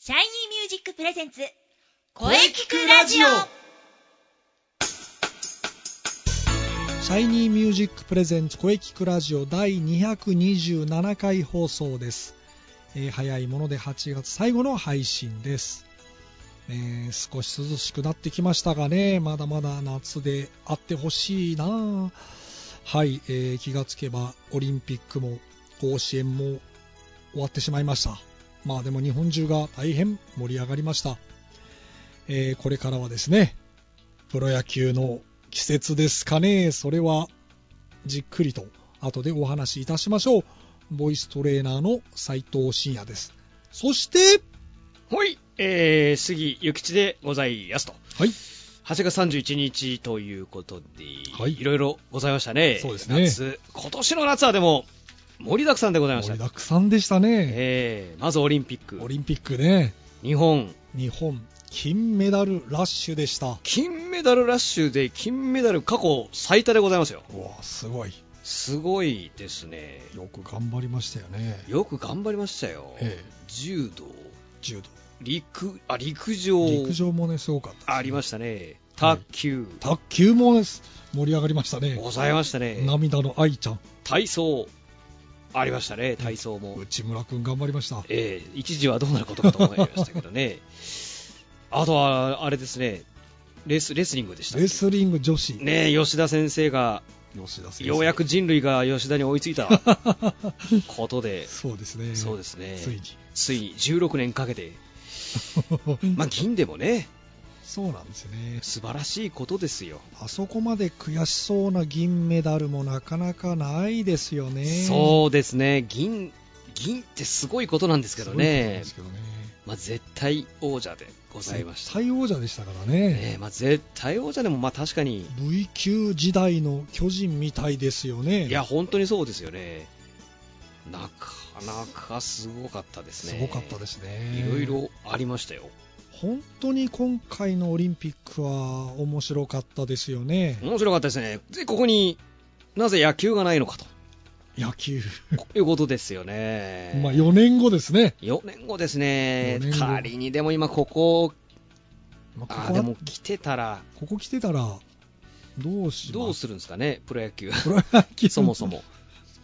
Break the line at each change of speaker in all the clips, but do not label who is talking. シャイニーミュージックプレゼンツ、声聞くラジオ
シャイニーミュージックプレゼンツ声聞くラジオ第227回放送です、えー早いもので8月最後の配信です、えー少し涼しくなってきましたがねまだまだ夏であってほしいなあはい、えー気がつけばオリンピックも甲子園も終わってしまいましたまあでも日本中が大変盛り上がりました、えーこれからはですねプロ野球の季節ですかね。それはじっくりと後でお話しいたしましょう。ボイストレーナーの斉藤慎也です。そして、
はい、えー、杉ゆきちでございますと。
はい、
8月31日ということで、
はい
い、ろいろございましたね。
そうですね
夏、今年の夏はでも、盛りだくさんでございまし
盛
た。
りだくさんでしたね。
えー、まずオリンピック
オ。リンピックね、
日本、
日本金メダルラッシュでした。わ
金メダルラッシュで金メダル過去最多でございますよ。
あ、すごい。
すごいですね。
よく頑張りましたよね。
よく頑張りましたよ。
ええ
柔道、
柔道。
陸、あ、陸上、
陸上もね、すごかったですね、
ありましたね。卓球、
卓球もね盛り上がりましたね。
ございましたね。
涙の愛ちゃん、
体操ありましたね体操も、
内村君頑張りました。
ええ一時はどうなることかと思いましたけどね あとはあれですねレスレスリングでしたっけ
レスリング女子、
ねえ吉田先生が
吉田先生
ようやく人類が吉田に追いつ いたことで
そうですね。
そうですね
ついに。
ついに16年かけて、まあ、銀でもね
そうなんですね。
素晴らしいことですよ、
あそこまで悔しそうな銀メダルもなかなかないですよね。う
そうですね銀銀ってすごいことなんですけどね
ですけどね。
まあ、絶対王者でございました
対王者でしたから
ね
ね。
えまあ、絶対王者でもまあ確かに、
V 級時代の巨人みたいですよね。
いや、本当にそうですよね、なかなかすごかったです
す
ね、
ごかったですね。
いろい。ろありましたよ、
本当に今回のオリンピックは面白かったですよね。
面白かったですね、でここになぜ野球がないの かと
野球。
こういうことですよ ね、
まあ4年後ですね。
4年後ですね
四年、後
仮にでも今、ここ、
まあ
あ
ここ
で
は
も来てたら、
ここ来てたら、どうします
どうするんですかね、プロ 野球、
プロ野球
そもそも。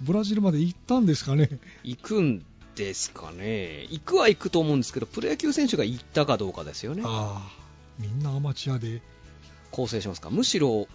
ブラジルまで行ったんですかね、
行くんですかね、行くは行くと思うんですけど、プロ野球選手が行ったかどうかですよね。
ああみんなアマチュアで、
構成しますかむしろ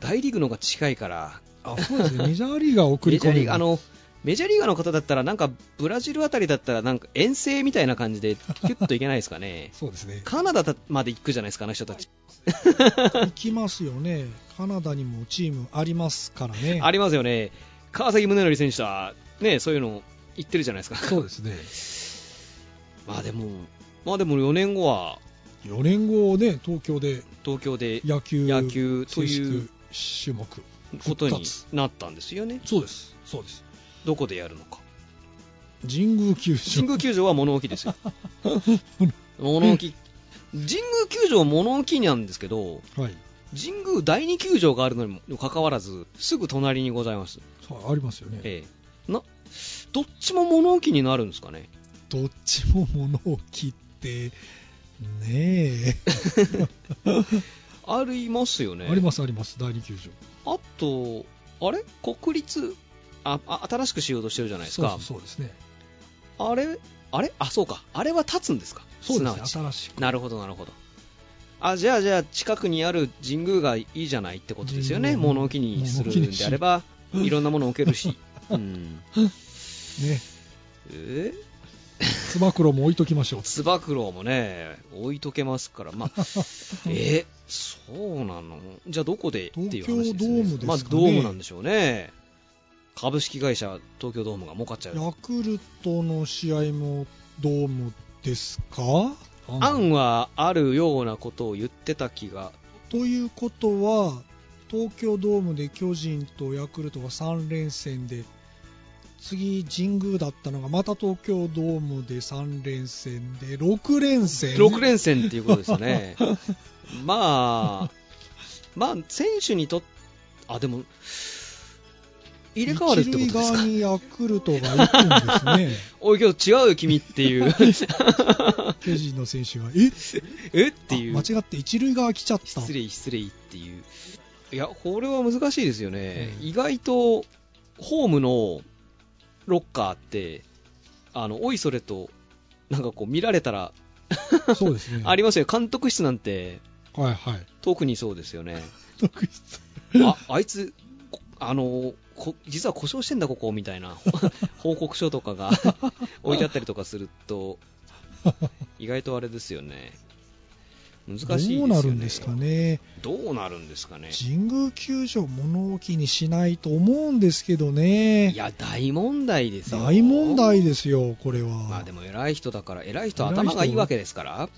大リーグの方が近いから
あそうですねメジャーリーガーを送り
メジャー
込
リ
む
ーガーあのメジャーリーガーの方だったらなんかブラジルあたりだったらなんか遠征みたいな感じでキュッといけないですかね
そうですね、
カナダまで行くじゃないですかあの人たち、
行きますよね、カナダにもチームありますからね、
ありますよね川崎宗則選手はねそういうの行ってるじゃないですか
そうですね、
まあでもまあでも4年後は
4年後ね、東京で
東京で
野球
野球と
正
いう
式種目、
ことに
復活
なったんですよね
そうです、そうです、
どこでやるのか
神宮球
神
場、
宮球場は物置です よ物置神宮球場は物置なんですけど
はい、
神宮第二球場があるのにもかかわらずすぐ隣にございます、
そうありますよね、
ええ、などっちも物置になるんですかね
どっちも物を切って、ね
ありますよ
え、
ね
あります、あります、第2球場。
あとあれ国立ああ新しくしようとしてるじゃないですか
そうそうそうですね。
あれあれあそうかあれは立つんですか
そうです
な
ね
わち
新しく
なるほどなるほどあじゃあじゃあ近くにある神宮がいいじゃないってことですよね
神宮
物置にするんであればいろんなもの置けるし、うん、
ね、
えー
つば九郎も置いときましょう。
つば九郎もね、置いとけますから、まあ、 え、そうなのじゃあどこでっていう話
東
です、ね、
京ドームですかね
まあ、ドームなんでしょうね。株式会社東京ドームが儲かっちゃう。
ヤクルトの試合もドームですか
案はあるようなことを言ってた気が、
ということは、東京ドームで巨人とヤクルトが3連戦で、次、神宮だったのが、また東京ドームで3連戦で、6連戦。
6連戦っていうことですよ ね。まあ、まあ、選手にとっあ、でも、入れ替わるってことです
一
か
塁側にヤクルトが行くん ですね
おいけど違うよ君っていう
巨人の選手がえっ
えっていう
間違って一塁側来ちゃった
失礼失礼っていういやこれは難しいですよね、
うん
意外とホームのロッカーってあのおいそれとなんかこう見られたら
そうですね
ありますよ監督室なんて
はいはい
特にそうです よね
特筆
ああいつこあのこ実は故障してんだここみたいな 報告書と かが置いてあったりとかすると意外とあれですよね難しいですよね
どうなるんですかね
どうなるんですかね
神宮球場物置にしないと思うんですけどね
いや、大問題ですよ。
大問題ですよこれは、
まあでも偉い人だから、偉い人は頭がいいわけですから。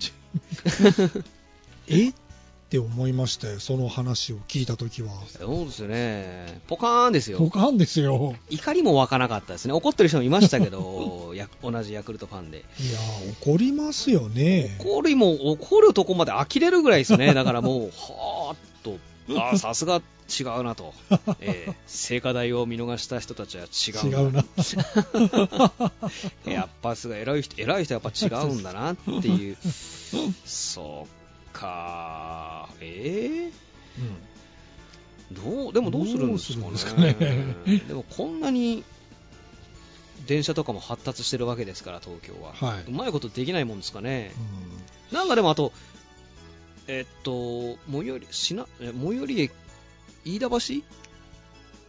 えって思いましたよその話を聞いた時は
そうですよね。ポカーンですよ
僕。なんですよ
怒りも湧かなかったですね。怒ってる人もいましたけ ど、や同じヤクルトファンで。
いや怒りますよね
怒りも、怒るとこまで呆れるぐらいですね。だからもう、はー っと、あーさすが違うなと。えー聖火台を見逃した人たちは違
違
う
うな
やっぱすごい偉い人、偉い人はやっぱ違うんだなっていう。そうかえー、どう、でもどうするんですかね。
どうするんですかね
でもこんなに、電車とかも発達してるわけですから、東京は。
はいう
まいことできないもんですかね。
うん
なんかでもあと、えっと、最寄り、しな、え最寄り駅、飯田橋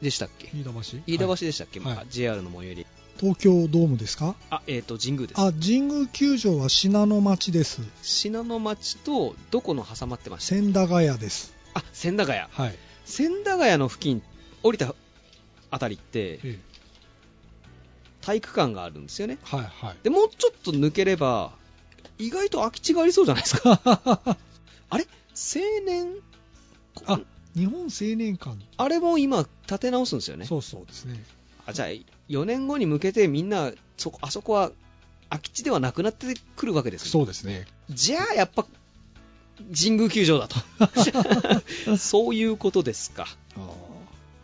でしたっけ
飯田橋
飯田橋
はい
でしたっけ、
はい
まあ JR の最寄り。
東京ドームですか
あ、えっと、神宮です。
あ神宮球場は信濃町です
信濃町とどこの挟まってました
千駄ヶ谷です
あ千駄ヶ谷
はい、
千駄ヶ谷の付近降りたあたりって
ええ
体育館があるんですよね
はいはい
でもうちょっと抜ければ意外と空き地がありそうじゃないで すかあれ青年あ
あ日本青年館、
あれも今建て直すんですよね
そうそうですね
あじゃあ4年後に向けてみんなそこあそこは空き地ではなくなってくるわけですね
そうですね
じゃあやっぱ神宮球場 だとそういうことですか
あ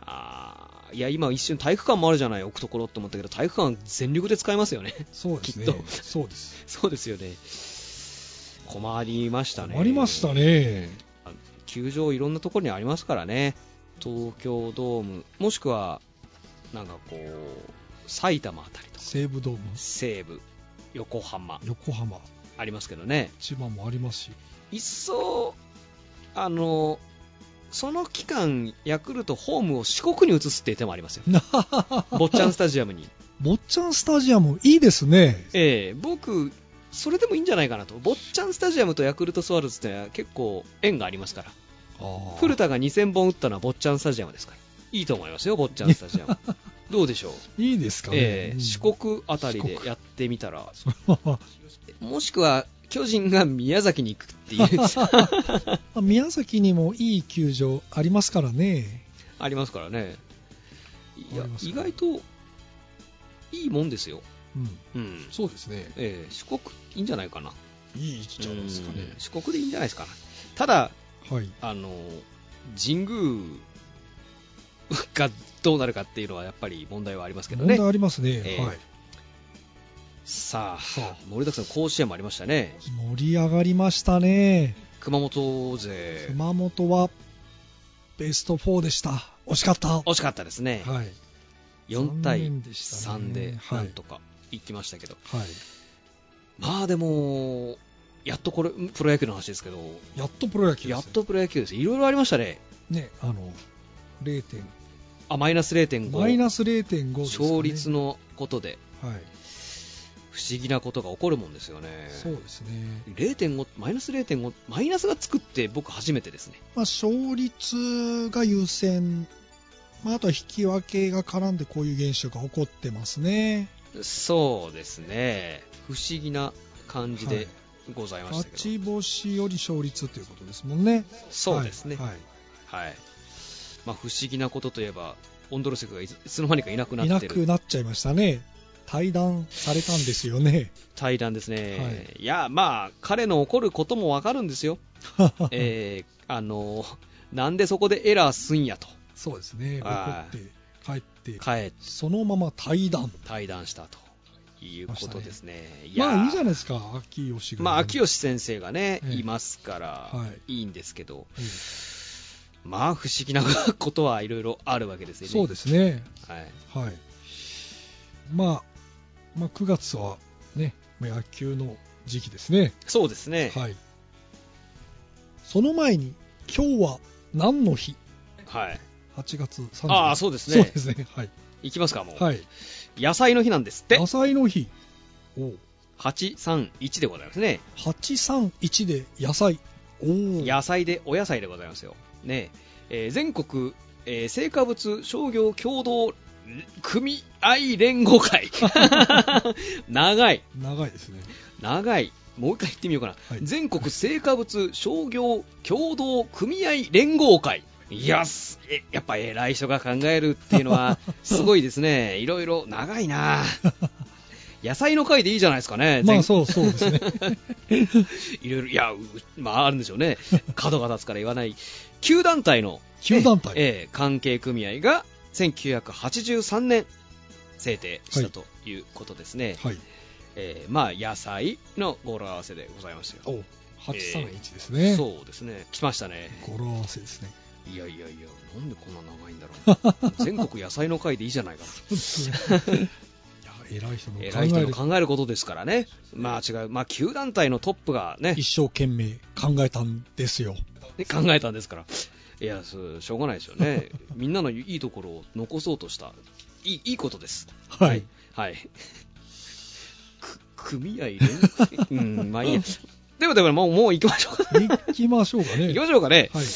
あーいや今一瞬体育館もあるじゃない置くところって思ったけど体育館全力で使いますよね
ーそうですね
きっと
そうです
そうですよね困りましたね
ありましたね
球場いろんなところにありますからね東京ドームもしくはなんかこう埼玉あたりとか
西武ドーム
西武横浜
横浜
ありますけどね
千葉もありますし
一層あのその期間ヤクルトホームを四国に移すっていう手もあ りますよ坊ちゃんスタジアムに
坊っちゃんスタジアムいいですね
ええ僕、それでもいいんじゃないかなと、坊っちゃんスタジアムとヤクルトスワローズって結構縁がありますから、古田が2000本打ったのは坊っちゃんスタジアムですから、いいと思いますよ、坊っちゃんスタ ジアム。どうでしょう、
いいですかね、
ええ
うん
四 国あたり
四
で
国
やってみたら、
それは
もしくは巨人が宮崎に行くっていう、
まあ宮崎にもいい球場ありますからね
ありますからね、いや
あります
意
か
外といいもんですよ、
うん
うん
そうですね
ええ四国いいんじゃないかな、
いいじ
うん四国でいいんじゃないですかな。ただ
はい
あの神宮がどうなるかっていうのはやっぱり問題はありますけど
問
ね
題、ありますね、
ええ
はい
さあ
さあ
盛りだくさん甲子園もありましたね、
盛り上がりましたね
熊本勢、
熊本はベスト4でした惜しかった
惜しかったですね、
はい
4対
残念でしたね
3で
はい
なんとかいきましたけど、
はい
まあでも、やっとこれ、プロ野球の話ですけど、
やっとプロ野球です
やっとプロ野球です、いろいろありましたね、
ねあの0点
あマイナス0.5、
マイナス0.5ですかね
勝率のことで、
はい
不思議なことが起こるもんですよね。
そうですね、
0.5マイナス0.5マイナスがつくって僕初めてですね
まあ、勝率が優先、まあ、あとは引き分けが絡んでこういう現象が起こってますね
そうですね不思議な感じ
は
で
い
ございました
勝
け
ち
ど、
星より勝率ということですもんね
そうですね
はいはい
はい、まあ、不思議なことといえばオンドロセクがいついつの間にかいなく
い
なっ
な
て
く
る
なっちゃいましたね対談されたんですよね
対談ですね、、
はい
やまあ彼の怒ることもわかるん ですよ えー、あのなんでそこでエラーすんやと
そうですねボコ
は
っ
い
て帰っって
帰って
そのまま退団
対談したということですね。いやー
まあいいじゃないですか秋吉が
まあ、秋吉先生がね、
ええ
いますから、、
はい
いんですけど、
ええ
まあ、不思議なことはいろいろあるわけですよね。
そうですね
はい、
はいまあまあ9月はねまあ野球の時期ですね
そうですね。
はいその前に今日は何の日
はい。
8月30日
ああ、そうですね
そう。ですねはい、
いきますか、もう。
はい、
野菜の日なんですって
野。菜の日おう
831でございますね。
831で野菜おお
野菜でお野菜でございますよ。ねえー全国、えー成果物商業協同組合連 合会。長い。
長いですね
長いもう一回言ってみようかな、
はい
全国成果物商業協同組合連合会いやすえやっぱ偉い人が考えるっていうのはすごいで すねいろいろ長いな野菜の会でいいじゃないですかね、
ま
全
あそうそうです ね
いろいろいやうまああるんでしょうね角が立つから言わない9団体の
9団体
ええええ関係組合が1983年制定したということですね、
はい
えーまあ野菜の語呂合わせでございましたよ
お831ですね、
そうですね来ましたね
語呂合わせですね
いやいやいやなんでこんな長いんだろ う全国野菜の会でいいじゃないか
いや偉い人の考
な偉い人
え
の
る
考えることですからねまあ違うまあ球団体のトップがね
一生懸命考えたんですよ
考えたんですからいやそうしょうがないですよ ねみんなのいいところを残そうとしたいいいいことです
はい
はいく組合連 うんまあいいやではではもうもう行きましょうか
行きましょうかね
行きましょうかね
はい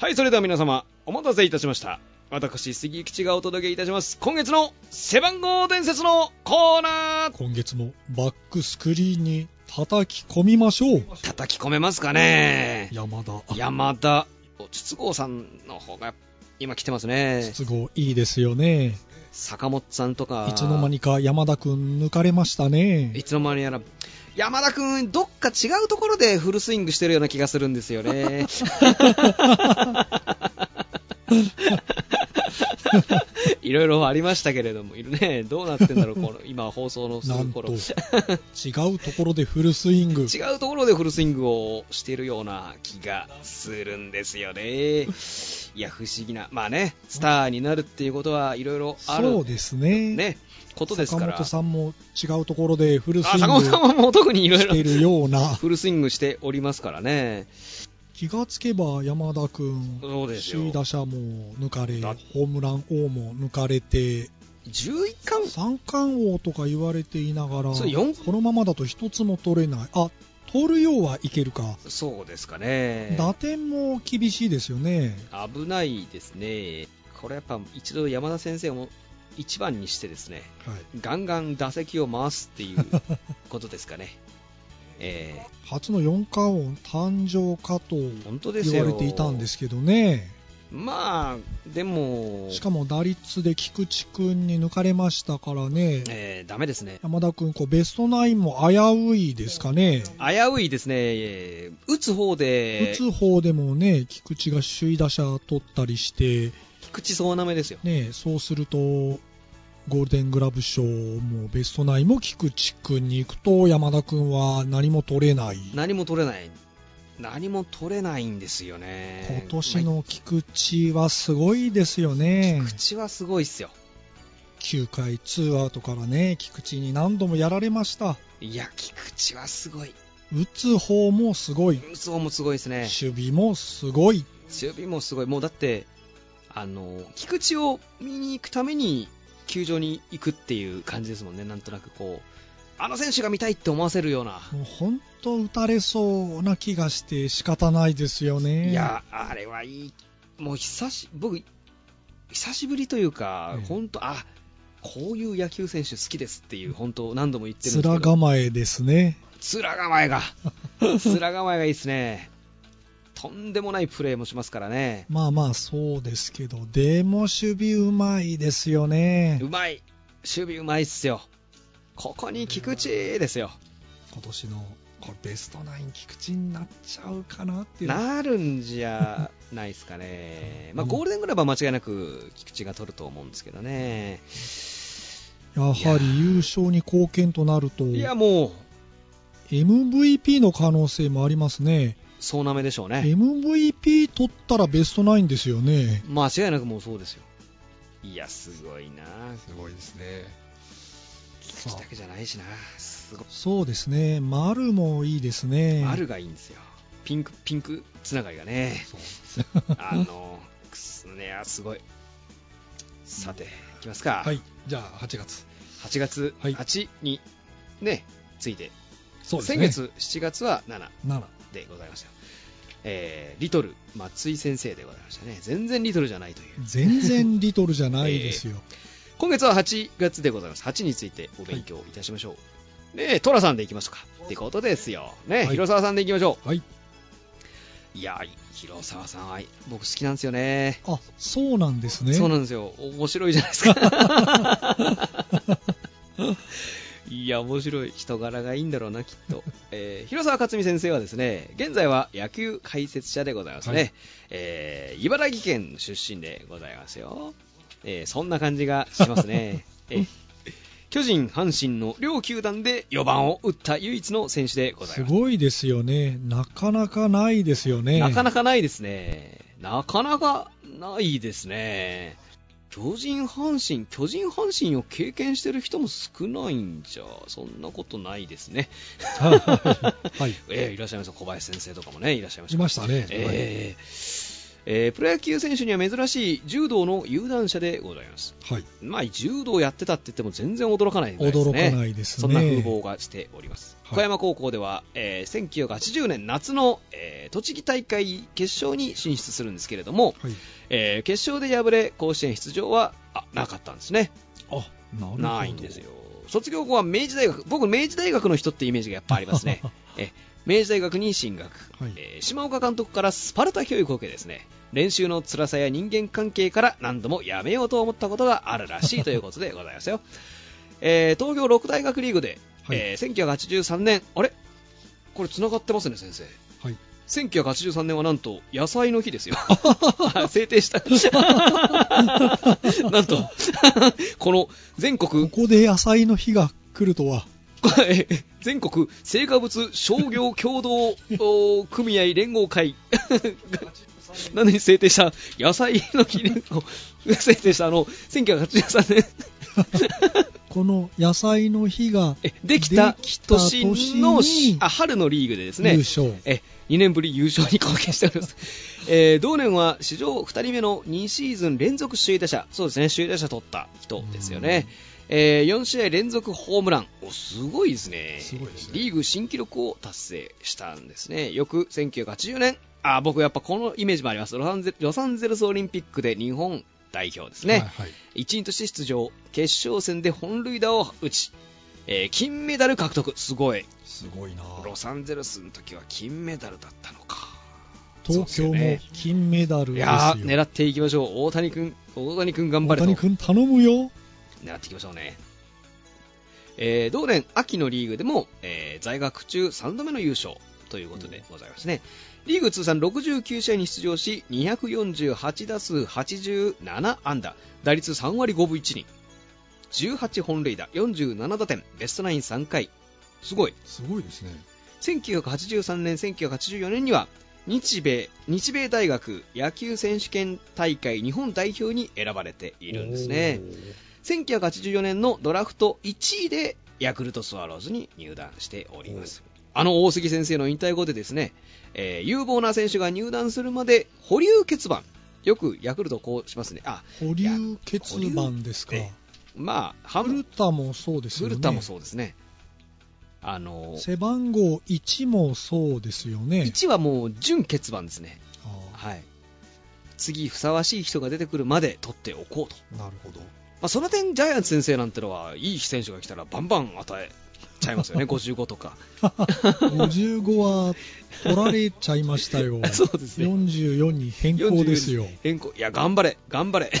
はい、それでは皆様、お待たせいたしました。私、杉吉がお届けいたします。今月の背番号伝説のコーナー
今月もバックスクリーンに叩き込みましょう
叩き込めますかね
山田
山田、筒香さんの方が今来てますね。
都合いいですよね
坂本さんとか。
いつの間。にか山田くん抜かれましたね
いつの間にやら。山田くん、どっか違うところでフルスイングしてるような気がするんです よね。いろいろありましたけれども、いるね、どうなってんだろう、この今、放送のす
な
る
んと
頃
違うところでフルスイング
違うところでフルスイングをしているような気がするんですよね。いや、不思議な、まあね、スターになるっていうことはいろいろあ
そう
る、
ですね
ね、ことです
坂
から、
本
あ
さんも違うところでフルスイン
坂
グ
本さんはもう特にいろい
し
ろ
てるような
フルスイングしておりますからね、
気がつけば山田君
そうですよ
首位打者も抜かれ
だ
ホームラン王も抜かれて
11冠、
三冠王とか言われていながら
そう四
このままだと一つも取れないあ取るようはいけるか、
そうですかね。
打点も厳しいですよね
危ないですね、これやっぱ一度山田先生も一番にしてですね、
はい
ガンガン打席を回すっていう ことですかね。え
初の四冠王誕生かと
ー本当です
言
よ
われていたんですけどね
まあでも
しかも打率で菊池君に抜かれましたからね
えーダメですね
山田君こうベストナインも危ういですかね
危ういですねえー打つ方
打
で
つ方でもね、菊池が首位打者取ったりして、
菊池総なめですよ
ね、そうすると、ゴールデングラブ賞もベストナインも菊池君に行くと、山田君は何も取れない、
何も取れない何も取れないんですよね
今年の菊池はすごいですよね
まあ、菊池はすごいっすよ
9回ツーアウトからね、菊池に何度もやられました、
いや菊池はすごい
打つ方もすごい、
打つ方もすごいですね
守備もすごい、
守備もすごいもうだってあの菊池を見に行くために球場に行くっていう感じですもんねなんとなくこうあの選手が見たいって思わせるような
もう本当、打たれそうな気がして、仕方ないですよね。
いや、あれはいい、もう久し僕、久しぶりというか
ええ、
本当、あこういう野球選手好きですっていう、本当、何度も言ってるんですけ
面
ど、
構えですね。
面構えが、面構えがいいですね、とんでもないプレーもしますからね、
まあまあそうですけど、でも守備うまいですよね
う。まい、守備うまいっすよ、ここに菊池ですよ、
今年のこれベストナイン菊池になっちゃうかなっていうのは
なるんじゃないですかね、まあ、ゴールデングラブは間違いなく菊池が取ると思うんですけどね、
やはり優勝に貢献となると
いやもう、
MVP の可能性もありますね
そうなめでしょうね、
MVP 取ったらベストナインですよね
間違いなくもうそうですよ、いや、すごいな、
すごいですね。
菊池だけじゃないしな、すごい、
そうですね丸もいいですね
丸がいいんですよ、ピンク、ピンクつながりがね、あの、くすね、あすごい。さて、いきますか、
はいじゃあ8月
8月
はい
8にね、ついて、
そうです
先
ね
月7月は7。
7
でございました、えーリトル松井先生でございましたね全然リトルじゃないという
全然リトルじゃないですよ、
今月は8月でございます8についてお勉強いたしましょう、でトラさんでいきましょうかってことですよね、
はい
広沢さんでいきましょ
はい、
ういやー広沢さんはい僕好きなんですよね
あそうなんですね
そうなんですよ面白いじゃないです かいや面白い人柄がいいんだろうなきっと、えー広沢克美先生はですね現在は野球解説者でございますね、
はい
えー茨城県出身でございますよ、えーそんな感じがしま すね、えー巨人阪神の両球団で4番を打った唯一の選手でござい
す
ます
ごいですよねなかなかないですよね
なかなかないですね。なかなかないですね。巨人阪神、巨人阪神を経験してる人も少ないんじゃ、そんなことないですね。
はい
えーいらっしゃいました、小林先生とかもね、いらっしゃいまし
い
た。
ましたね、
えーえープロ野球選手には珍しい柔道の有段者でございます。
はい、
まあ、柔道やってたって言っても全然驚かないぐらいです
驚
ね。
かないですね
そんな風貌がしております。
はい
小山高校では、えー1980年夏の、えー栃木大会決勝に進出するんですけれども、
はい、
えー決勝で敗れ甲子園出場はあなかったんですね。
あなるほど
ないんですよ。卒業後は明治大学、僕、明治大学の人ってイメージがやっぱありま すね。え明治大学に進学、
はい
えー島岡監督からスパルタ教育を受けですね、練習の辛さや人間関係から何度もやめようと思ったことがあるらしいということでございますよ。 えー東京六大学リーグで、
はい
えー1983年、あれこれ繋がってますね、先生。
はい
1983年はなんと野菜の日 ですよ。制定した。なんと、 この全
こ
国、
こで野菜の日が来るとは
え 全国成果物商業協同お組合連 合会なのに制定した野菜の日連合制定したあの、1983年
この野菜の日が
えできた
できた
年の
年に
あ春のリーグでですね、
優勝、
え2年ぶり優勝に貢献しております、 えー同年は史上2人目の2シーズン連続首位打者そうですね首位打者取った人ですよね、え4試合連続ホームランおすごいですね
すごいですね
リーグ新記録を達成したんですね翌1980年あ僕やっぱこのイメージもありますロサンゼロサンゼルスオリンピックで日本代表ですね、
はいはい
一員として出場決勝戦で本塁打を打ち、えー金メダル獲得すごい
すごいな
ロサンゼルスの時は金メダルだったのか。
東京
そうで
も
すよね
金メダル
い
ですよ
やー、狙っていきましょう。大谷君、大谷君頑張
大
れと。
谷君頼むよ
狙っていきましょうね。えー同年秋のリーグでも、えー在学中3度目の優勝ということでございますね。リーグ通算69試合に出場し、248打数87安打、打率3割5分1厘、18本塁打、47打点、ベストナイン3回。すごい。
すごいですね。
1983年、1984年には日米日米大学野球選手権大会日本代表に選ばれているんですね1984年のドラフト1位でヤクルトスワローズに入団しておりますあの大杉先生の引退後でですね、えー有望な選手が入団するまで保留欠番よくヤクルトこうしますねあ
保留欠番ですか
いや保まあハ
古
ム
田もそうですよね
古田もそうですねあの
背番号1もそうですよね
1はもう準欠番ですね
あ
はい、次、ふさわしい人が出てくるまで取っておこうと、
ーなるほど
まあ、その点、ジャイアンツ先生なんてのは、いい選手が来たら、バンバン与えちゃいますよね、55とか、
55は取られちゃいましたよ
そうですね
44に変更ですよ
変更、いや、頑張れ、頑張れ、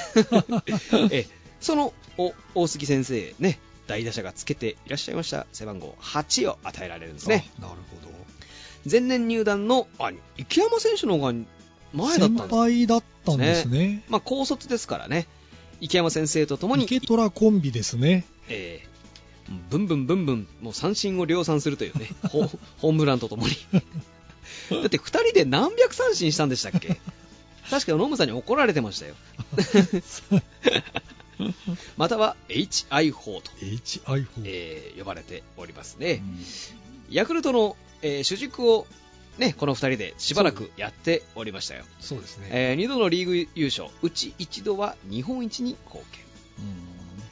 えそのお大杉先生ね、大打者がつけていらっしゃいました背番号8を与えられるんですね
あなるほど。
前年入団のあ池山選手の方が前だったん
先
です、
輩だったんですね。
まあ、高卒ですからね池山先生とともに
イケトラコンビですね。
えー、ブンブンブンブンもう三振を量産するというねホホームランとともにだって2人で何百三振したんでしたっけ確かノムさんに怒られてましたよまたは HI 法と、
HI 法。
えー呼ばれておりますね、ヤクルトの、えー主軸を、ね、この2人でしばらくやっておりましたよ、
そうですね。
え2度のリーグ優勝うち1度は日本一に貢献
うん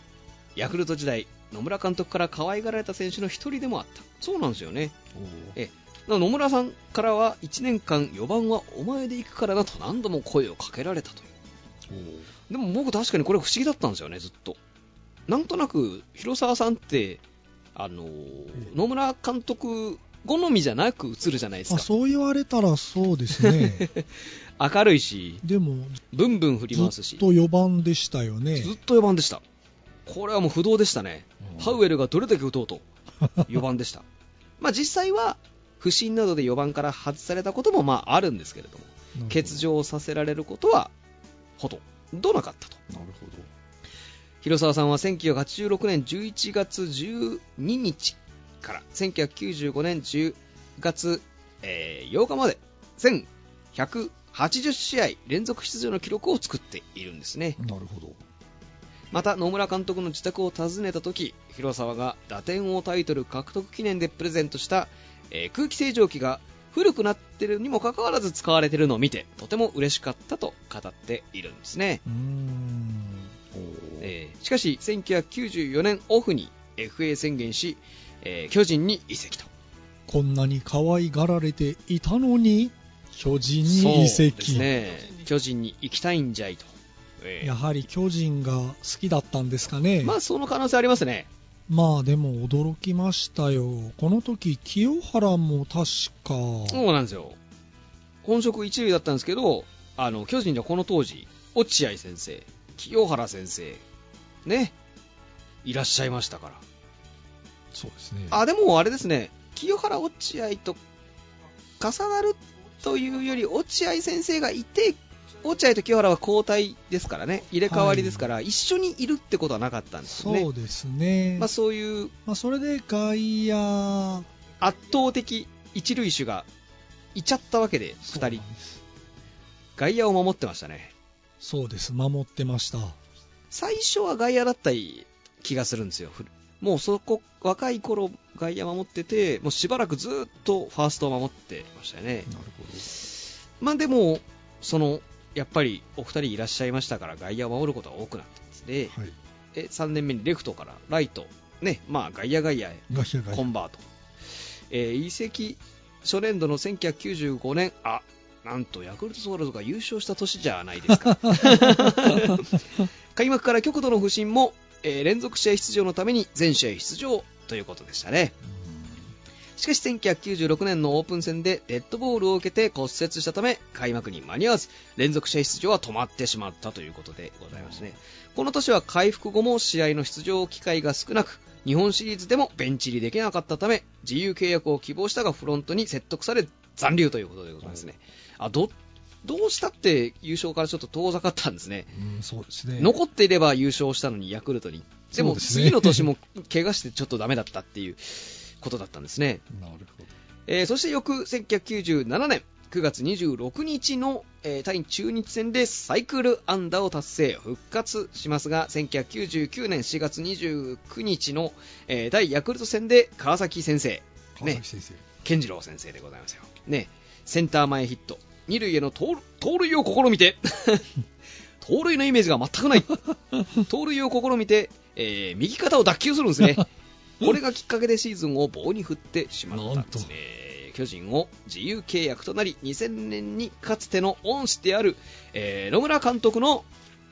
ヤクルト時代野村監督から可愛がられた選手の一人でもあったそうなんですよね
おー
えだから野村さんからは1年間4番はお前で行くからなと何度も声をかけられたとい
おー
うでも僕確かにこれ不思議だったんですよねずっとなんとなく広沢さんってあのー野村監督好みじゃなく映るじゃないです
あ
か
そう言われたらそうです ね。
明るいし
でも、
ブンブン振り回
ず
すし
っと4番でしたよね。
ずっと4番でしたこれはもう不動でしたね
うん
ハウエルがどれだけ打とうと4 番でした。まあ実際は不審などで4番から外されたこともまああるんですけれども、
なるほど
欠場させられることはほとんどなかったと。
なるほど。
広沢さんは1986年11月12日から1995年10月、えー8日まで1180試合連続出場の記録を作っているんですね。
なるほど。
また野村監督の自宅を訪ねた時広沢が打点王タイトル獲得記念でプレゼントした、えー空気清浄機が古くなってるにもかかわらず使われてるのを見てとても嬉しかったと語っているんですね、
うーん。
おー
えーしかし1994年オフに FA 宣言し、えー巨人に移籍と
こんなに可愛がられていたのに、巨人
そう
に移
です
籍。
ね巨人に行きたいんじゃいと、えー
やはり巨人が好きだったんですかね。
まあその可能性ありますね
まあでも驚きましたよ。この時、清原も確か、
そうなんですよ。本職一塁だったんですけど、あの、巨人ではこの当時、落合先生、清原先生、ね、いらっしゃいましたから。
そうですね。
あ、でもあれですね、清原落合と重なるというより、落合先生がいて、落合と清原は交代ですからね、入れ替わりですから、一緒にいるってことはなかったんですよね。
そうですね。
ま
ま
あそういう
あ、それで外野、
圧倒的一塁手がいちゃったわけで、
そうなん
二
で
人、
す
外野を守ってましたね。
そうです、守ってました。
最初は外野だったり気がするんですよ。ふるもうそこ、若い頃外野守ってて、もうしばらくずっとファーストを守ってましたよね。
なるほど。
まあでも、その、やっぱりお二人いらっしゃいましたから外野を守ることが多くなったんですね。
はい。
え3年目にレフトからライト、ね、まあ外野外野へ
ガヒガ
コンバート。えー移籍初年度の1995年、あ、なんとヤクルトスワローズが優勝した年じゃないですか。開幕から極度の不振も、えー連続試合出場のために全試合出場ということでしたね。しかし1996年のオープン戦でデッドボールを受けて骨折したため開幕に間に合わず連続試合出場は止まってしまったということでございますね。この年は回復後も試合の出場機会が少なく日本シリーズでもベンチ入りできなかったため自由契約を希望したがフロントに説得され残留ということでございますね。あどどうしたって優勝からちょっと遠ざかったんですね。
うん、そうですね。
残っていれば優勝したのにヤクルトに。で
そ
も
うですね
次の年も怪我してちょっとダメだったっていうことだったんですね。
なるほど。
えーそして翌1997年9月26日の、えー対中日戦でサイクル安打を達成復活しますが1999年4月29日の、えー対ヤクルト戦で川崎先生
川崎先生。
健次郎先生でございますよ、ね、センター前ヒット二塁への盗盗塁を試みて 盗塁のイメージが全くない盗塁を試みて、えー右肩を脱臼するんですねこれがきっかけでシーズンを棒に振ってしまったんですね巨人を自由契約となり2000年にかつての恩師である、えー野村監督の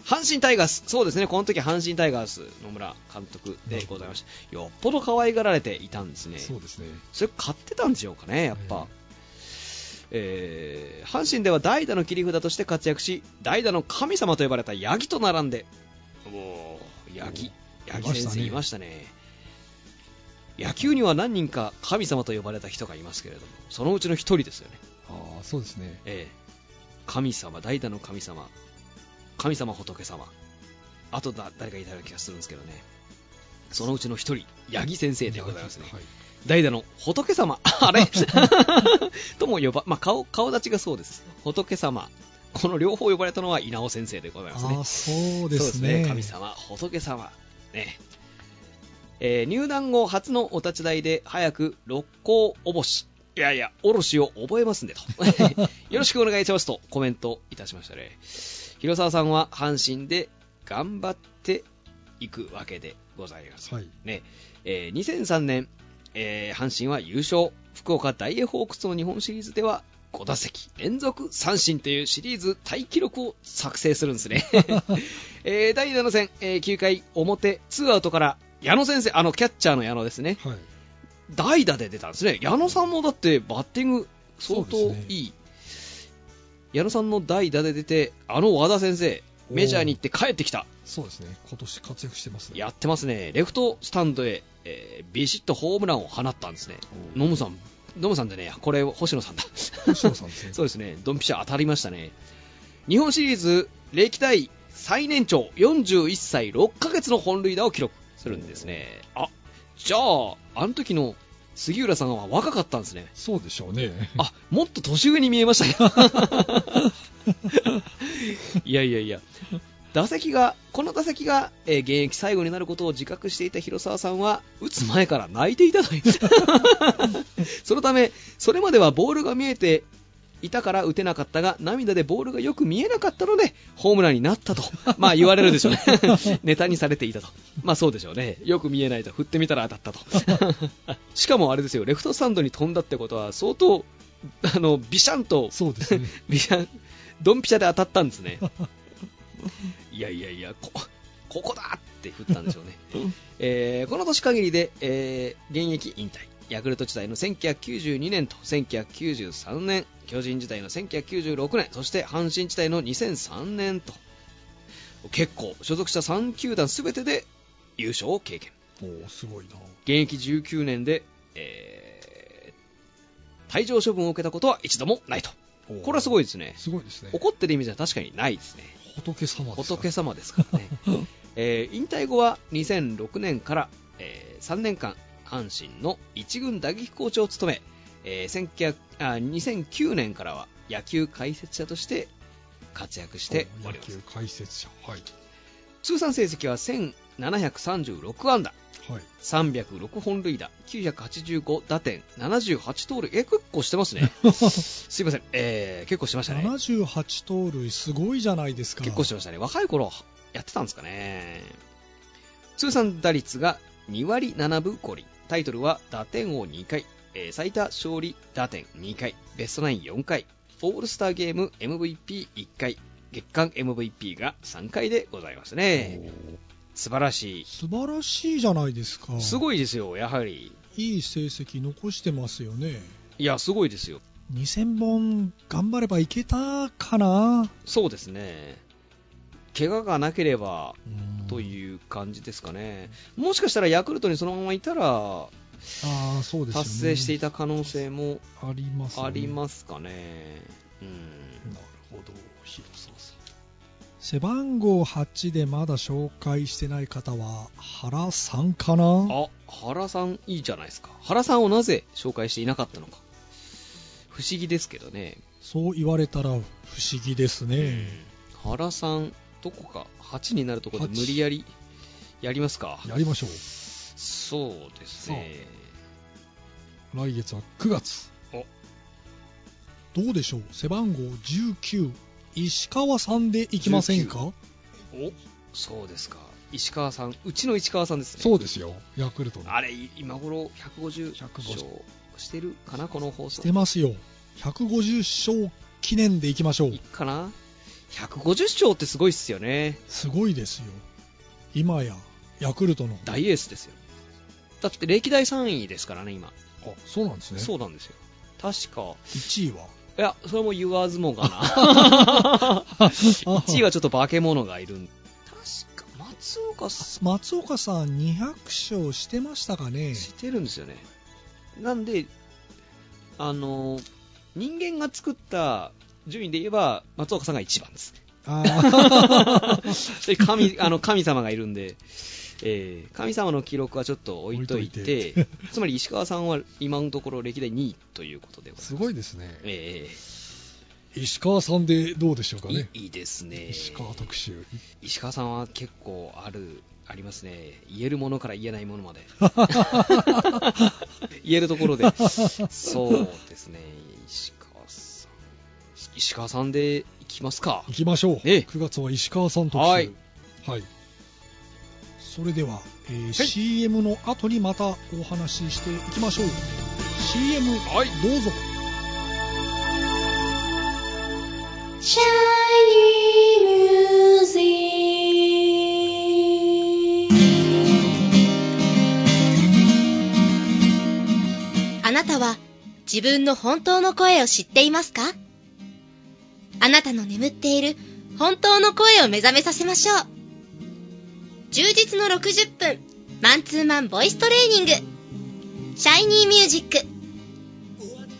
阪神タイガースそうですねこの時阪神タイガース野村監督でございましたよっぽど可愛がられていたんですね
そうですね。
それ買ってたんでしょうかね、やっぱ。えー阪神では代打の切り札として活躍し、代打の神様と呼ばれた八木と並んで、おー八木、
お
八木先生い
い
ま
ま
したね。野球には何人か神様と呼ばれた人がいますけれどもそのうちの一人ですよね、
ああ、そうですね。
ええ、神様代打の神様神様仏様あとだ誰かいたような気がするんですけどねそのうちの一人八木先生でございますね
はい。
代打の 仏様あれ とも呼ば、まあ、顔顔立ちがそうです仏様この両方呼ばれたのは稲尾先生でございますね
ああ、そうですね。
神様、仏様、ねえー入団後初のお立ち台で早く六甲おぼし、いやいや、おろしを覚えますんでと、 よろしくお願いしますとコメントいたしましたね。広沢さんは阪神で頑張っていくわけでございます。
はい。
ねえー2003年、えー阪神は優勝福岡ダイエーホークスの日本シリーズでは5打席連続三振というシリーズタイ記録を作成するんで すね、えー第7戦、えー9回表ツーアウトから矢野先生あのキャッチャーの矢野ですね
はい。
代打で出たんですね矢野さんもだってバッティング相当
そうですね
いい、矢野さんの代打で出てあの和田先生メジャーに行って帰ってきた
そうですね。今年活躍してますね。
やってますね、レフトスタンドへ、えービシッとホームランを放ったんですね、
おー
ノムさん、ノムさんでね、これ、星野 さんだ、
星野さんですね
そうですね、ドンピシャ当たりましたね、日本シリーズ歴代最年長、41歳6ヶ月の本塁打を記録するんですね、あじゃあ、あの時の杉浦さんは若かったんですね。
そうでしょうね。
あもっと年上に見えましたけどいやいやいや打席がこの打席が、えー現役最後になることを自覚していた広沢さんは打つ前から泣いていたという そのためそれまではボールが見えていたから打てなかったが涙でボールがよく見えなかったのでホームランになったとまあ言われるでしょうねネタにされていたとまあそうでしょうねよく見えないと振ってみたら当たったとしかもあれですよレフトスタンドに飛んだってことは相当あのビシャンと
そうですね。
ビシャン ドンピシャで当たったんですね いやいやいやこここだって振ったんでしょう ね、えーこの年限りで、えー現役引退ヤクルト時代の1992年と1993年巨人時代の1996年そして阪神時代の2003年と結構所属した3球団全てで優勝を経験
おお、すごいな。
現役19年で、えー退場処分を受けたことは一度もないと
おー
これはすごいですね
すごいですね。
怒ってる意味じゃ確かにないですね
仏様です
仏様ですか らね、えー引退後は2006年から、え3年間阪神の一軍打撃コーチを務め、えー1900あ2009年からは野球解説者として活躍してお
お野
りま
球
す
解説者。はい。
通算成績は1736安打
はい。
306本塁打、985打点、78盗塁。え、結構し てますね。すいません。えー、結構してましたね。
78盗塁、すごいじゃないですか。
結構してましたね。若い頃、やってたんですかね。通算打率が2割7分5厘。タイトルは打点王2回、えー最多勝利打点2回、ベストナイン4回、オールスターゲーム MVP1 回、月間 MVP が3回でございますね。素晴らしい。
素晴らしいじゃないですか。
すごいですよ、やはり。
いい成績残してますよね。
いや、すごいですよ。
2000本頑張ればいけたかな
そうですね、怪我がなければ
うん
という感じですかね、もしかしたらヤクルトにそのままいた
あ
ら、
あ、そうですよね。
達成していた可能性も
あります、ね。
ありますかね。うん
なるほど、広沢さん。
背番号8でまだ紹介してない方は原さんかな
あ原さん、いいじゃないですか、原さんをなぜ紹介していなかったのか、不思議ですけどね、
そう言われたら不思議ですね、
原さん、どこか8になるところで無理やりやりますか、
やりましょう。
そうですね、
来月は9月。
どうでしょう背番号19石川さんでいきませんか
おそうですか、石川さん、うちの石川さんですね。
そうですよ。ヤクルトの。
あれ、い今頃150
150
勝してるかな、この放送。
出ますよ150勝記念でいきましょう
いくかな ?150 勝ってすごいっすよね。
すごいですよ今やヤクルトの
大エースですよ。だって歴代3位ですからね、今。
あ、そうなんですね。
そうなんですよ。確か、
1位はい
や、それも言わずもがな。1位はちょっと化け物がいるん確か、松岡さ
松岡さん200勝してましたかね
んしてるんですよねなんであの人間が作った順位で言えば松岡さんが一番です
あ ー
で 神あの神様がいるんで、えー神様の記録はちょっと置いといて
置い
つまり石川さんは今のところ歴代2位ということでございます
すごいですね。
え
石川さんでどうでしょうか
ー
ね。
いいですね
石川特集。
石川さんは結構あるありますね言えるものから言えないものま で言えるところでそうですね石川さん石川さんでいきますか
行きましょう。
ええ
9月は石川さん特集。
はい。
はい。
それでは、えー CM の後にまたお話ししていきましょう CM、どうぞ
シャイニーミュージあなたは自分の本当の声を知っていますかあなたの眠っている本当の声を目覚めさせましょう。充実の60分、マンツーマンボイストレーニング、シャイニーミュージック。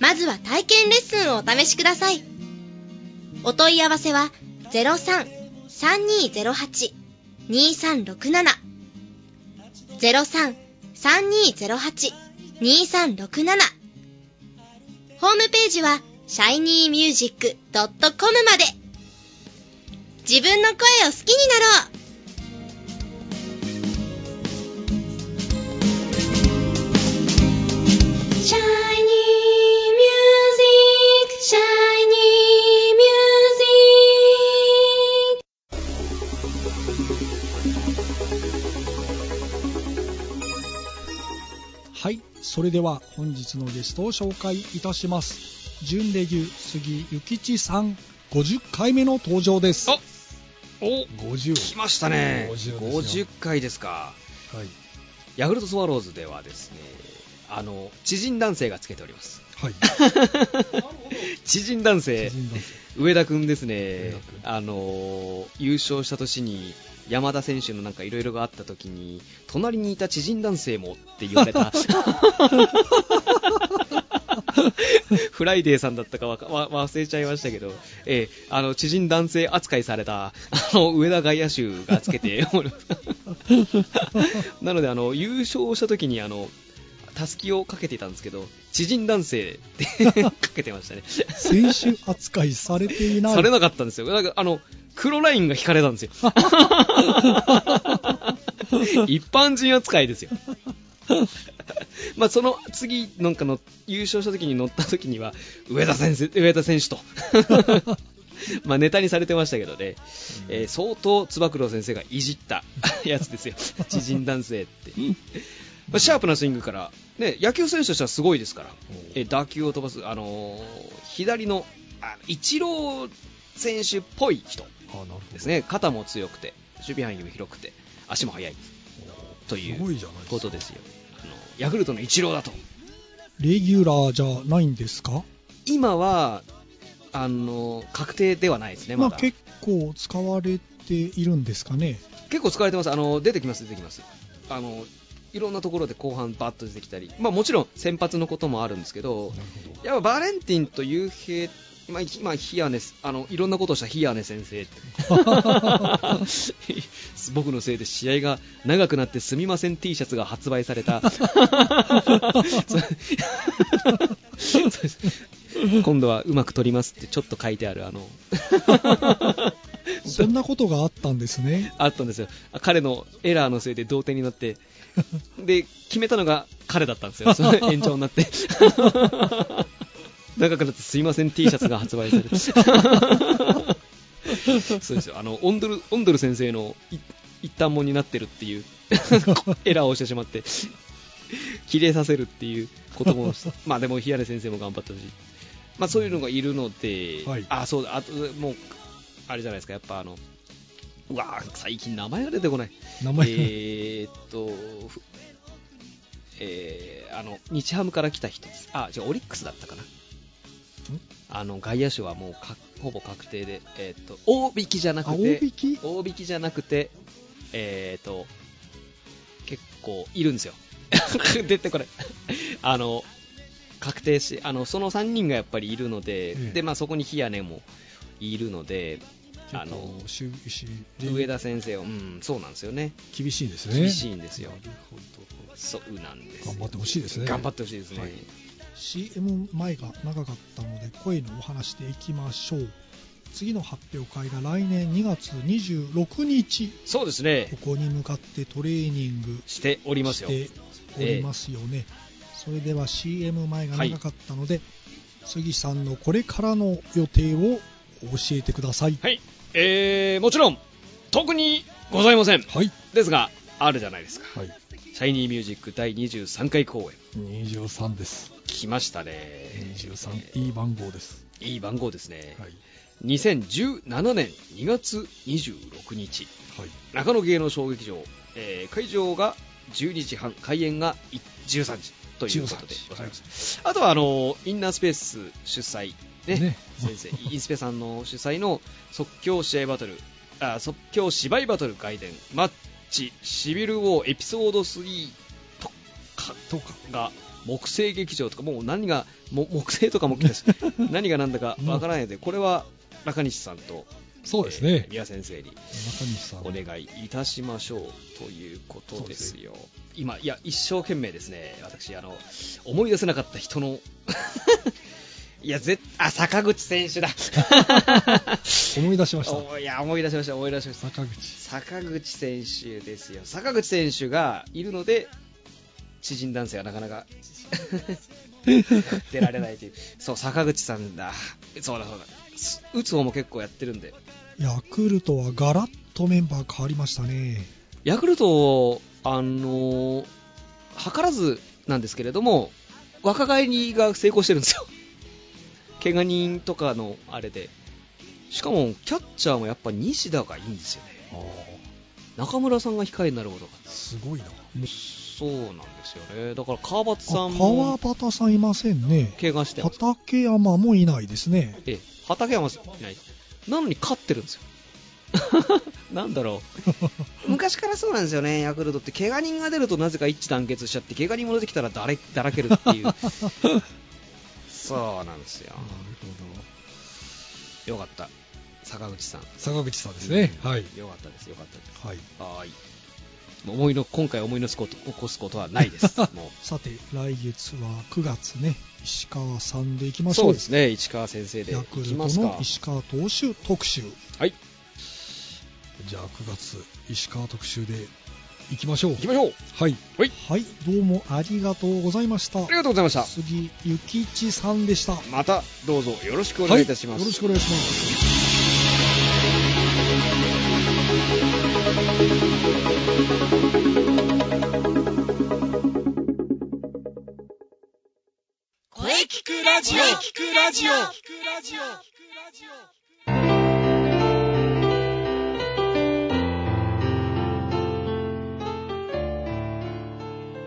まずは体験レッスンをお試しください。お問い合わせは03-3208-2367 03-3208-2367ホームページは shinymusic.com まで自分の声を好きになろうシャイニーミュージック、シャイニ
はいそれでは本日のゲストを紹介いたします準レギュ杉ゆきちさん50回目の登場です
あお来
50。
ましたね
50
50,
ですよ
回ですか
はい。
ヤクルトスワローズではですねあの知人男性がつけております
はい。
知人男性
知人男性
上田君ですね
上田君、
あのー優勝した年に山田選手のなんかいろいろがあった時に隣にいた知人男性もって言わ れたフライデーさんだったかわかわ忘れちゃいましたけど、えーあの知人男性扱いされたあの上田外野手がつけて なのであの優勝した時にあのたすきをかけていたんですけど知人男性って かけてましたね。
選手扱いされていない
されなかったんですよ。なんか、あの、黒ラインが引かれたんで すよ。一般人扱いですよ。まあ、その次、なんかの、優勝した時に乗った時には、上田先生、上田選手 と。まあ、ネタにされてましたけどね、えー相当、つば九郎先生がいじった やつですよ。知人男性って。まあ、シャープなスイングから、ね、野球選手としてはすごいですから、えー打球を飛ばす、あのー左のあイチロー選手っぽい人
あ、なるほど。
ですね、肩も強くて、守備範囲も広くて、足も速いとい
すご
う
いじゃないですか
ことですよ、あのヤクルトのイチローだと、
レギュラーじゃないんですか
今はあのー確定ではないですね、
ま
ま
あ
だ、
結構使われているんですかね
結構使われてます、あの出てきます、出てきます。あのいろんなところで後半バッと出てきたり、まあ、もちろん先発のこともあるんですけど、
なるほど。
やっぱバレンティンと雄平、今、今ヒアネスあのいろんなことをしたヒアネ先生 僕のせいで試合が長くなってすみません T シャツが発売された そうです 今度はうまく撮りますってちょっと書いてあるあの
そんなことがあったんですね
あったんですよ彼のエラーのせいで同点になってで決めたのが彼だったんですよ、その延長になって。長くなってすいません T シャツが発売されてそうですよあのオンドルオンドル先生のい一旦もんになってるっていうエラーをしてしまって切れさせるっていうこともまあでも日原先生も頑張ったし、まあ、そういうのがいるので、
はい
あそうだあともうあれじゃないですかやっぱあのうわー最近名前が出てこない
名前が、
えーっと、ふえーあの、日ハムから来た人です。あ、じゃあオリックスだったかな。あの、外野手はもうかほぼ確定で、えーっと、大引きじゃなく
あ
て
大、引き
大引きじゃなくて、えー、と、結構いるんですよ。 出てこれ。 あの、確定し、あの、その3人がやっぱりいるので、
ええ
で、まあそこに火屋根もいるので、あの、
修理師
上田先生は、うん、そうなんですよね。
厳しいですね
厳しいんですよ
な。るほど
そうなんですよ。
頑張ってほしいですね
頑張ってほしいですね。
はい
CM 前が長かったので声のお話でいきましょう次の発表会が来年2月26日
そうですね
こ。こに向かってトレーニング
しております
し
よ。
ておりますよね、それでは CM 前が長かったので、杉さんのこれからの予定を教えてください、
はい。えー、もちろん、特にございません。
はい
ですが、あるじゃないですか。
はい
シャイニーミュージック第23回公演。
23です
来ましたね。
23いい番号です
いい番号ですね。
はい
2017年2月26日、
はい
中野芸能小劇場、えー会場が12時半、開演がい13時ということでございます。あとは、あの、インナースペース主催、ね、
ね
先生、 インスペさんの主催の即興試合バトル、あ即興芝居バトル外伝、マッチ、シビルウォーエピソード3とか、
どうか
が木星劇場とかもう何がも木星とかも 来たし何が何だかわからないのでこれは中西さんと
そうです
え
ね
ー宮先生に
中西さん
お願いいたしましょうということですよ今いや一生懸命ですね私あの思い出せなかった人の いやぜあ坂口選 手だ
思い出しました
おいや思い出しました思い出しました
坂口
坂口選手ですよ坂口選手がいるので知人男性はなかな か出られないというそう坂口さんだそうだそうだす打つ方も結構やってるんで
ヤクルトはガラッとメンバー変わりましたね
ヤクルトあのー図らずなんですけれども若返りが成功してるんですよ 怪我人とかのあれでしかもキャッチャーもやっぱ西田がいいんですよね
あ
中村さんが控えになることが
あすごいな
そうなんですよね。だから川端
あ
さん
川
も
端さんいませんね
怪我してます。
畠山もいないですね
ええ、畠山さんいない。なのに勝ってるん ですよ。なんだろう。 昔からそうなんですよね、ヤクルトって。怪我人が出るとなぜか一致団結しちゃって、怪我人も出てきたらだれだらけるって いう。そうなんです
な
よ。
るほど
よかった。坂口さん。
坂口さんですねはい
よかったです、よかったです。
はい
はーい。思いの今回思いのすこと起こすことはない です。もう
さて来月は9月ね石川さんでいきましょう
そうですね、市川先生で。
ヤ
い
クル
き
ト
ます
の
か。
石川投手特集
はい。
じゃあ9月石川特集でいきましょう
行きましょう。
はい
はいどうもありがとうございました
ありがとうございました。
杉ゆきちさんでした
またどうぞよろしくお願いいたし
は
ます。
い、よろしくお願いします
声聞くラジオ聞くラジオ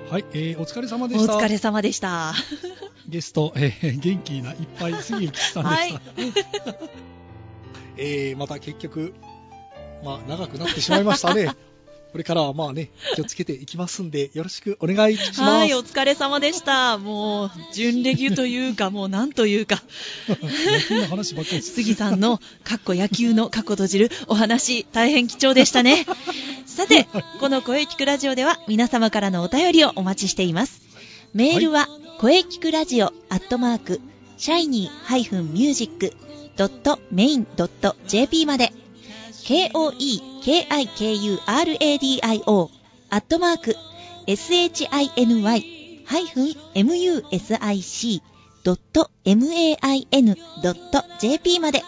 はい、えーお疲れ様で
お
した。
疲れ様でした。
ゲスト、えー元気ないっぱい杉内さんでした。
は
えーまた結局、まあ、長くなってしまいました ね。これからはまあね、気をつけていきますんで、よろしくお願いします。
はい、 お疲れ様でした。もう、準レギュというか、もうなんというか、
野球の話ばっかりです。
杉さんの、かっこ野球のかっこ閉じるお話、大変貴重でしたね。さて、この声聞くラジオでは、皆様からのお便りをお待ちしています。メールは、声聞くラジオアットマーク、シャイニー -music.main.jp まで、k-o-e-k-i-k-u-r-a-d-i-o アットマーク、shiny-music.main.jp まで、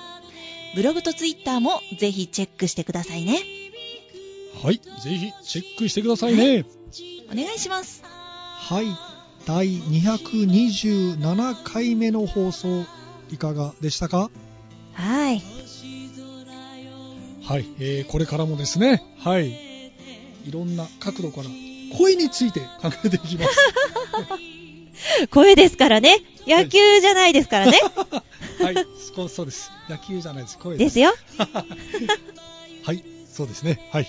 ブログとツイッターもぜひチェックしてくださいね。
はい、ぜひチェックしてくださいね。
お願いします。
はい第227回目の放送いかがでしたか
はい。
はい、えーこれからもですね、はい、いろんな角度から声について考えていきます。
声ですからね。野球じゃないですから ね。
はい、そうそうです。野 球じゃないです、声です
ですよ。
はい、そうですね。はい。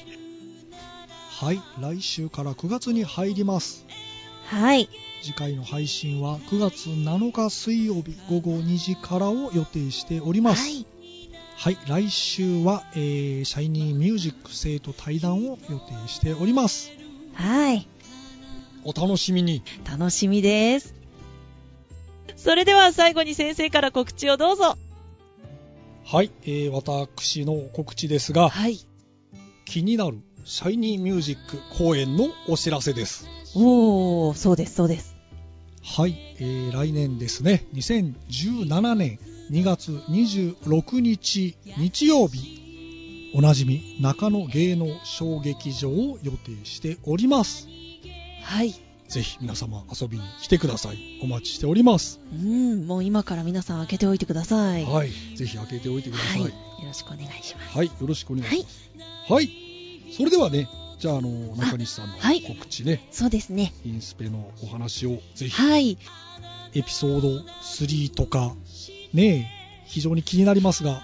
はい来週から9月に入ります
はい。
次回の配信は9月7日水曜日午後2時からを予定しております
い。
はい、来週は、えーシャイニーミュージック生徒対談を予定しております
はい。
お楽しみに
楽しみです。それでは最後に先生から告知をどうぞ。
はい、えー私の告知ですが
はい。
気になるシャイニーミュージック公演のお知らせです
おー、そうです、そうです。
はい、えー来年ですね2017年2月26日日曜日おなじみ中野芸能小劇場を予定しております
はい。
ぜひ皆様遊びに来てくださいお待ちしております
うん、もう今から皆さん開けておいてください。
はい、ぜひ開けておいてくださ。
はいい。
は
よ
い、
ろしくお願いします。
よろしくお願いします。はい、それではね、じゃああの中西さんの
あはい
告知ね、
そうですね。
インスペのお話をぜひ
はい。
エピソード3とかねえ非常に気になりますが、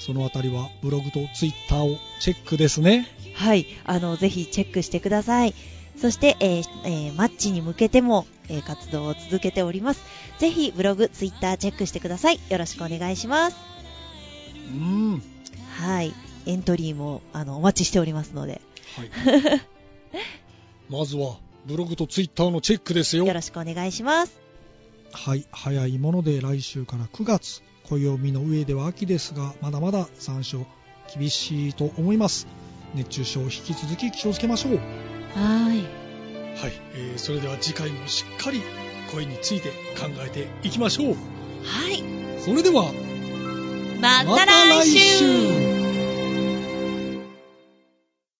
そのあたりはブログとツイッターをチェックですね。
はい、あの、ぜひチェックしてください。そして、えーえーマッチに向けても、えー活動を続けております。ぜひ、ブログ、ツイッターチェックしてください。よろしくお願いします。
うん、は
はい。エントリーも、あの、お待ちしておりますので、
い。まずはブログとツイッターのチェックですよ
よ。ろしくお願いします。
はい、早いもので来週から9月、暦の上では秋ですが、まだまだ残暑厳しいと思います。熱中症引き続き気をつけましょう。
はい。
はい、えーそれでは次回もしっかり声について考えていきましょう
はい。
それでは、
また来週